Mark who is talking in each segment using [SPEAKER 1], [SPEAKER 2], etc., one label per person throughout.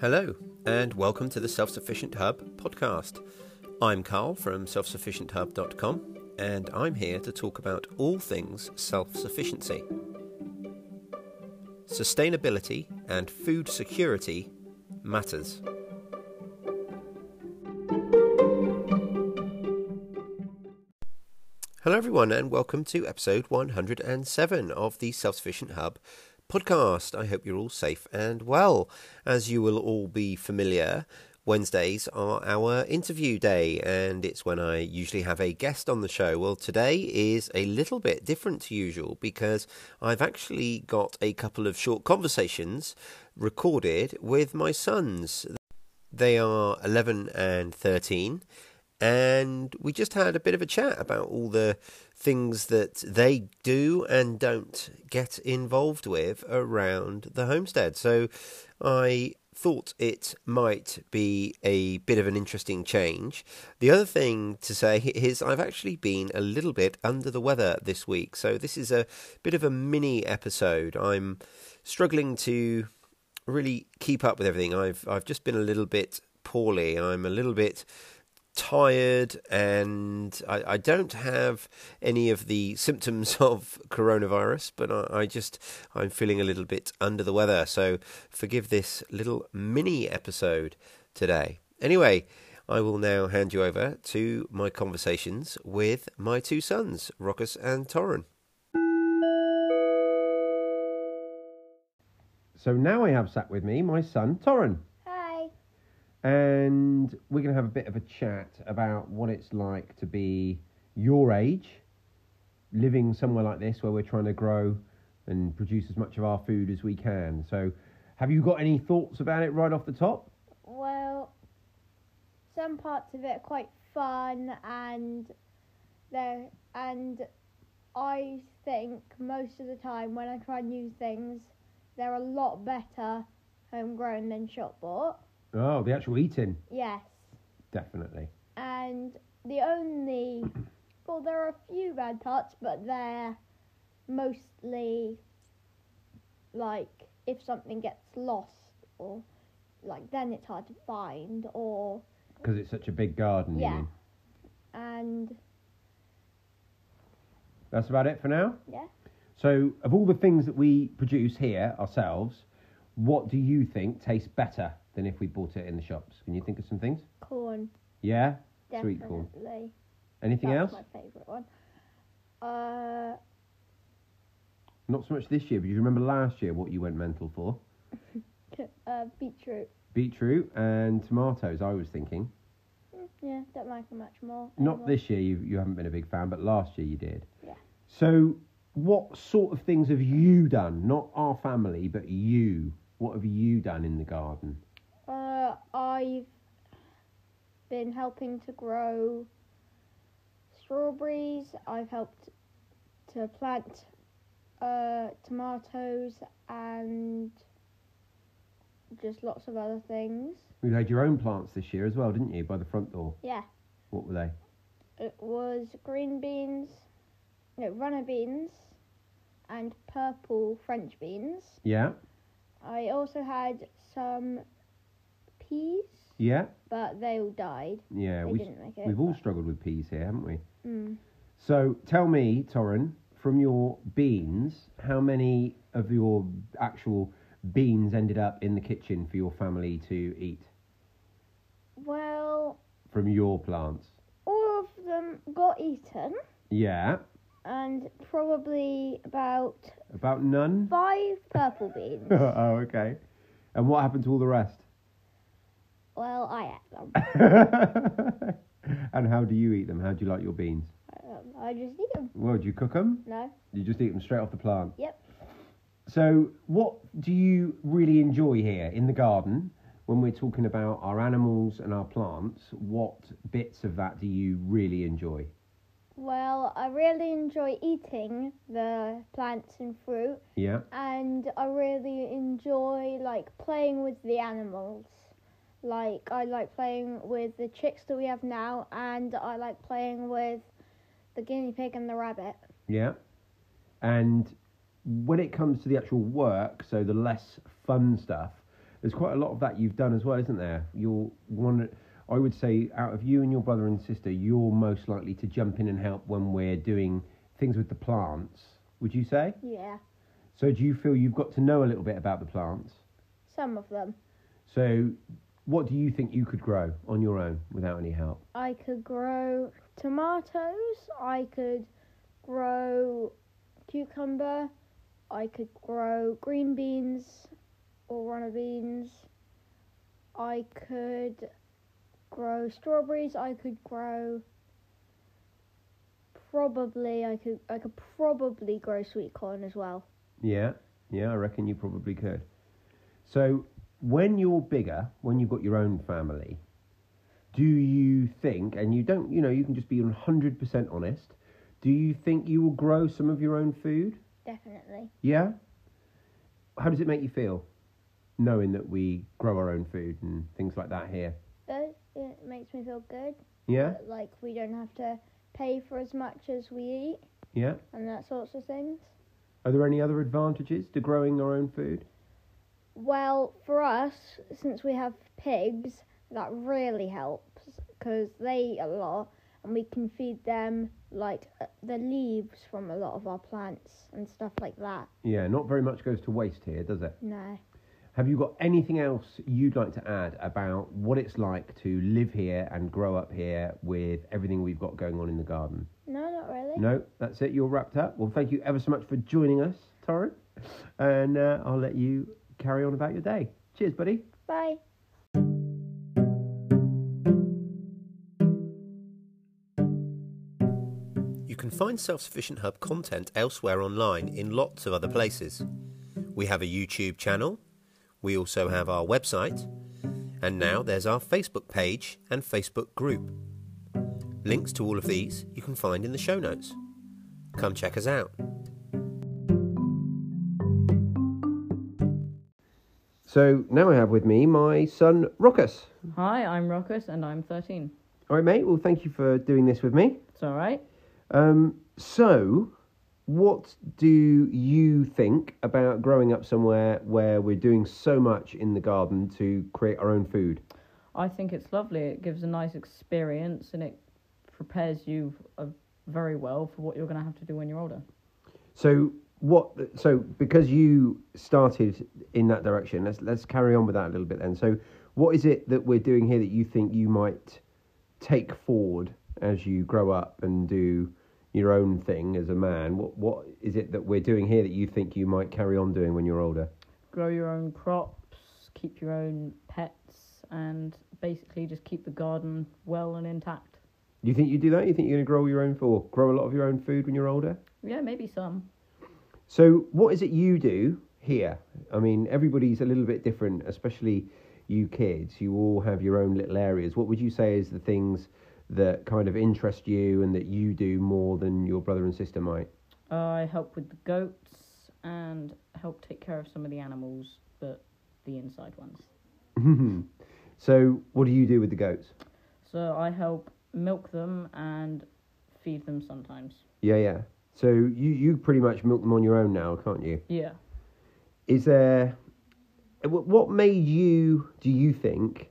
[SPEAKER 1] Hello, and welcome to the Self Sufficient Hub podcast. I'm Carl from selfsufficienthub.com, and I'm here to talk about all things self sufficiency. Sustainability and food security matters. Hello, everyone, and welcome to episode 107 of the Self Sufficient Hub podcast. I hope you're all safe and well. As you will all be familiar, Wednesdays are our interview day, and it's when I usually have a guest on the show. Well, today is a little bit different to usual because I've actually got a couple of short conversations recorded with my sons. They are 11 and 13 and we just had a bit of a chat about all the things that they do and don't get involved with around the homestead. So I thought it might be a bit of an interesting change. The other thing to say is I've actually been a little bit under the weather this week. So this is a bit of a mini episode. I'm struggling to really keep up with everything. I've I've just been a little bit poorly. I'm a little bit tired and I, I don't have any of the symptoms of coronavirus, but I, I just I'm feeling a little bit under the weather. So forgive this little mini episode today. Anyway, I will now hand you over to my conversations with my two sons, Rockus and Torren. So now I have sat with me my son Torren
[SPEAKER 2] Hi.
[SPEAKER 1] and we're going to have a bit of a chat about what it's like to be your age, living somewhere like this where we're trying to grow and produce as much of our food as we can. So, have you got any thoughts about it right off the top?
[SPEAKER 2] Well, some parts of it are quite fun, and there and I think most of the time when I try new things, they're a lot better homegrown than shop bought.
[SPEAKER 1] Oh, the actual eating,
[SPEAKER 2] Yes,
[SPEAKER 1] definitely.
[SPEAKER 2] and the only well, there are a few bad parts, but they're mostly like if something gets lost or like then it's hard to find or
[SPEAKER 1] Because it's such a big garden. you
[SPEAKER 2] Yeah.
[SPEAKER 1] mean.
[SPEAKER 2] and
[SPEAKER 1] That's about it for now?
[SPEAKER 2] Yeah.
[SPEAKER 1] So, of all the things that we produce here ourselves, what do you think tastes better than if we bought it in the shops? Can you think of some things?
[SPEAKER 2] corn.
[SPEAKER 1] Yeah?
[SPEAKER 2] Definitely.
[SPEAKER 1] Sweet corn. Anything
[SPEAKER 2] That's
[SPEAKER 1] else?
[SPEAKER 2] my favourite one. Uh,
[SPEAKER 1] Not so much this year, but you remember last year what you went mental for?
[SPEAKER 2] c- uh, beetroot.
[SPEAKER 1] Beetroot and tomatoes, I was thinking.
[SPEAKER 2] Mm, Yeah, don't like them much more.
[SPEAKER 1] Not
[SPEAKER 2] anymore.
[SPEAKER 1] this year, you, you haven't been a big fan, but last year you did.
[SPEAKER 2] Yeah.
[SPEAKER 1] So, what sort of things have you done? Not our family, but you. What have you done in the garden?
[SPEAKER 2] Uh, I've been helping to grow strawberries. I've helped to plant uh, tomatoes and just lots of other things.
[SPEAKER 1] You had your own plants this year as well, didn't you? By the front door.
[SPEAKER 2] Yeah.
[SPEAKER 1] What were they?
[SPEAKER 2] It was green beans, no, runner beans, and purple French beans.
[SPEAKER 1] Yeah,
[SPEAKER 2] I also had some peas,
[SPEAKER 1] yeah,
[SPEAKER 2] but they all died.
[SPEAKER 1] yeah.
[SPEAKER 2] They
[SPEAKER 1] We,
[SPEAKER 2] didn't make it.
[SPEAKER 1] we've all struggled with peas here, haven't we?
[SPEAKER 2] Mm.
[SPEAKER 1] So tell me, Torren, from your beans, how many of your actual beans ended up in the kitchen for your family to eat
[SPEAKER 2] Well,
[SPEAKER 1] from your plants?
[SPEAKER 2] all of them got eaten,
[SPEAKER 1] Yeah,
[SPEAKER 2] and probably about
[SPEAKER 1] about none.
[SPEAKER 2] five purple beans.
[SPEAKER 1] oh, okay. And what happened to all the rest?
[SPEAKER 2] well, I ate them.
[SPEAKER 1] and how do you eat them? How do you like your beans?
[SPEAKER 2] Um, I just eat them.
[SPEAKER 1] Well, do you cook them?
[SPEAKER 2] No,
[SPEAKER 1] You just eat them straight off the plant.
[SPEAKER 2] Yep.
[SPEAKER 1] So, what do you really enjoy here in the garden when we're talking about our animals and our plants? What bits of that do you really enjoy?
[SPEAKER 2] well, I really enjoy eating the plants and fruit.
[SPEAKER 1] Yeah,
[SPEAKER 2] and I really enjoy like playing with the animals. Like I like playing with the chicks that we have now, and I like playing with the guinea pig and the rabbit.
[SPEAKER 1] yeah. And when it comes to the actual work, so the less fun stuff, There's quite a lot of that you've done as well, isn't there? You're one. I would say out of you and your brother and sister, you're most likely to jump in and help when we're doing things with the plants. Would you say?
[SPEAKER 2] Yeah,
[SPEAKER 1] So do you feel you've got to know a little bit about the plants?
[SPEAKER 2] some of them.
[SPEAKER 1] So what do you think you could grow on your own without any help?
[SPEAKER 2] I could grow tomatoes. I could grow cucumber. I could grow green beans or runner beans. I could grow strawberries. I could grow probably I could I could probably grow sweet corn as well.
[SPEAKER 1] Yeah, yeah, I reckon you probably could. So, when you're bigger, when you've got your own family, do you think, and you don't, you know, you can just be 100% honest, do you think you will grow some of your own food?
[SPEAKER 2] Definitely.
[SPEAKER 1] Yeah? How does it make you feel knowing that we grow our own food and things like that here?
[SPEAKER 2] But it makes me feel good.
[SPEAKER 1] Yeah?
[SPEAKER 2] Like we don't have to pay for as much as we eat
[SPEAKER 1] Yeah?
[SPEAKER 2] and that sorts of things.
[SPEAKER 1] Are there any other advantages to growing our own food?
[SPEAKER 2] Well, for us, since we have pigs, that really helps because they eat a lot and we can feed them like uh, the leaves from a lot of our plants and stuff like that.
[SPEAKER 1] Yeah, not very much goes to waste here, does it?
[SPEAKER 2] No.
[SPEAKER 1] Have you got anything else you'd like to add about what it's like to live here and grow up here with everything we've got going on in the garden?
[SPEAKER 2] No, not really.
[SPEAKER 1] No, that's it. You're wrapped up. Well, thank you ever so much for joining us, Torrent. And uh, I'll let you carry on about your day. Cheers, buddy.
[SPEAKER 2] Bye.
[SPEAKER 3] You can find Self Sufficient Hub content elsewhere online in lots of other places. We have a YouTube channel, we also have our website, and now there's our Facebook page and Facebook group. Links to all of these you can find in the show notes. Come check us out.
[SPEAKER 1] So now I have with me my son, Rockus.
[SPEAKER 4] Hi, I'm Rockus and I'm 13.
[SPEAKER 1] All right, mate. Well, thank you for doing this with me.
[SPEAKER 4] It's all right.
[SPEAKER 1] Um, so, what do you think about growing up somewhere where we're doing so much in the garden to create our own food?
[SPEAKER 4] I think it's lovely. It gives a nice experience and it prepares you uh, very well for what you're going to have to do when you're older.
[SPEAKER 1] So, what? So, because you started in that direction, let's let's carry on with that a little bit then. So, what is it that we're doing here that you think you might take forward as you grow up and do your own thing as a man? What what is it that we're doing here that you think you might carry on doing when you're older?
[SPEAKER 4] Grow your own crops, keep your own pets, and basically just keep the garden well and intact.
[SPEAKER 1] Do you think you do that? You think you're going to grow your own or grow a lot of your own food when you're older?
[SPEAKER 4] Yeah, maybe some.
[SPEAKER 1] So, what is it you do here? I mean, everybody's a little bit different, especially you kids. You all have your own little areas. What would you say is the things that kind of interest you and that you do more than your brother and sister might?
[SPEAKER 4] I help with the goats and help take care of some of the animals, but the inside ones.
[SPEAKER 1] so, what do you do with the goats?
[SPEAKER 4] So I help milk them and feed them sometimes.
[SPEAKER 1] Yeah, yeah. So, you, you pretty much milk them on your own now, can't you?
[SPEAKER 4] Yeah.
[SPEAKER 1] is there wh- what made you do you think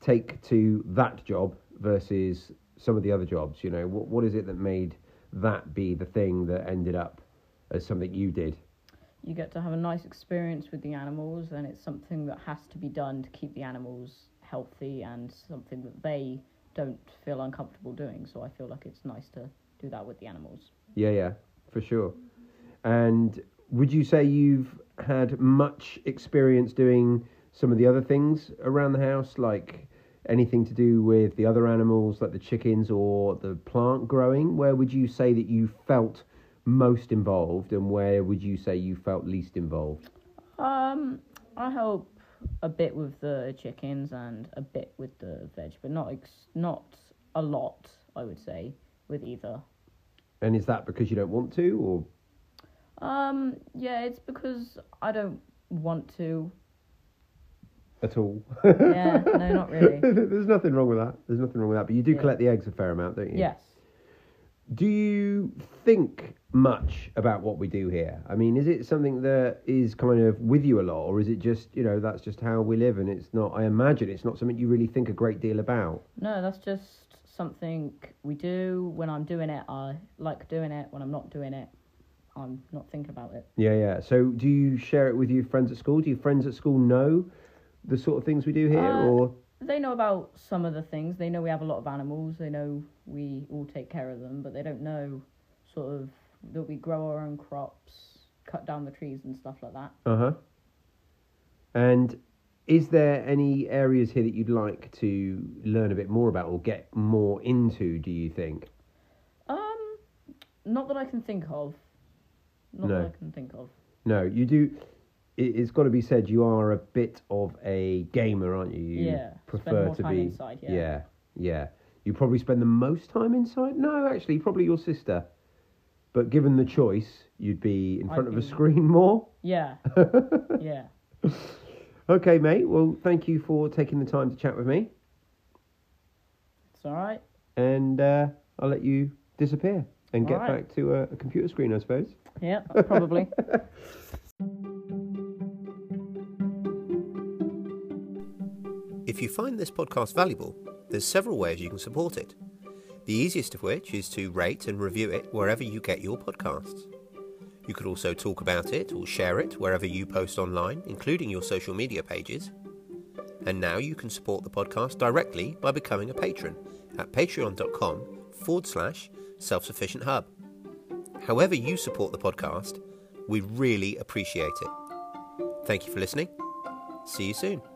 [SPEAKER 1] take to that job versus some of the other jobs you know what what is it that made that be the thing that ended up as something you did
[SPEAKER 4] you get to have a nice experience with the animals and it's something that has to be done to keep the animals healthy and something that they don't feel uncomfortable doing so i feel like it's nice to do that with the animals
[SPEAKER 1] yeah yeah for sure and would you say you've had much experience doing some of the other things around the house like anything to do with the other animals like the chickens or the plant growing where would you say that you felt most involved and where would you say you felt least involved
[SPEAKER 4] um i help a bit with the chickens and a bit with the veg but not ex- not a lot i would say with either
[SPEAKER 1] and is that because you don't want to or
[SPEAKER 4] um yeah it's because i don't want to
[SPEAKER 1] at all
[SPEAKER 4] yeah no not really
[SPEAKER 1] there's nothing wrong with that there's nothing wrong with that but you do
[SPEAKER 4] Yeah.
[SPEAKER 1] collect the eggs a fair amount don't you
[SPEAKER 4] yes
[SPEAKER 1] Do you think much about what we do here? I mean, is it something that is kind of with you a lot, or is it just you know that's just how we live, and it's not? I imagine it's not something you really think a great deal about.
[SPEAKER 4] No, that's just something we do. When I'm doing it, I like doing it. When I'm not doing it, I'm not thinking about it.
[SPEAKER 1] Yeah, yeah. So, do you share it with your friends at school? Do your friends at school know the sort of things we do here,
[SPEAKER 4] Uh,
[SPEAKER 1] or
[SPEAKER 4] They know about some of the things. They know we have a lot of animals. They know we all take care of them, but they don't know sort of that we grow our own crops, cut down the trees and stuff like that.
[SPEAKER 1] Uh huh. And is there any areas here that you'd like to learn a bit more about or get more into? Do you think?
[SPEAKER 4] Um, not that I can think of. Not
[SPEAKER 1] No.
[SPEAKER 4] that I can think of.
[SPEAKER 1] No, you do. it- It's got to be said. You are a bit of a gamer, aren't you? You
[SPEAKER 4] yeah. Spend more time inside. Yeah.
[SPEAKER 1] yeah, yeah. You probably spend the most time inside. No, actually, probably your sister. But given the choice, you'd be in
[SPEAKER 4] I'd
[SPEAKER 1] front of a
[SPEAKER 4] be-
[SPEAKER 1] screen more.
[SPEAKER 4] Yeah. yeah.
[SPEAKER 1] Okay, mate. Well, thank you for taking the time to chat with me,
[SPEAKER 4] It's all right.
[SPEAKER 1] and uh, I'll let you disappear and
[SPEAKER 4] All
[SPEAKER 1] get
[SPEAKER 4] right.
[SPEAKER 1] back to uh, a, a computer screen, I suppose.
[SPEAKER 4] Yeah, probably.
[SPEAKER 5] If you find this podcast valuable, there's several ways you can support it. The easiest of which is to rate and review it wherever you get your podcasts. You could also talk about it or share it wherever you post online, including your social media pages. And now you can support the podcast directly by becoming a patron at patreon.com forward slash self sufficient hub. However, you support the podcast, we really appreciate it. Thank you for listening. See you soon.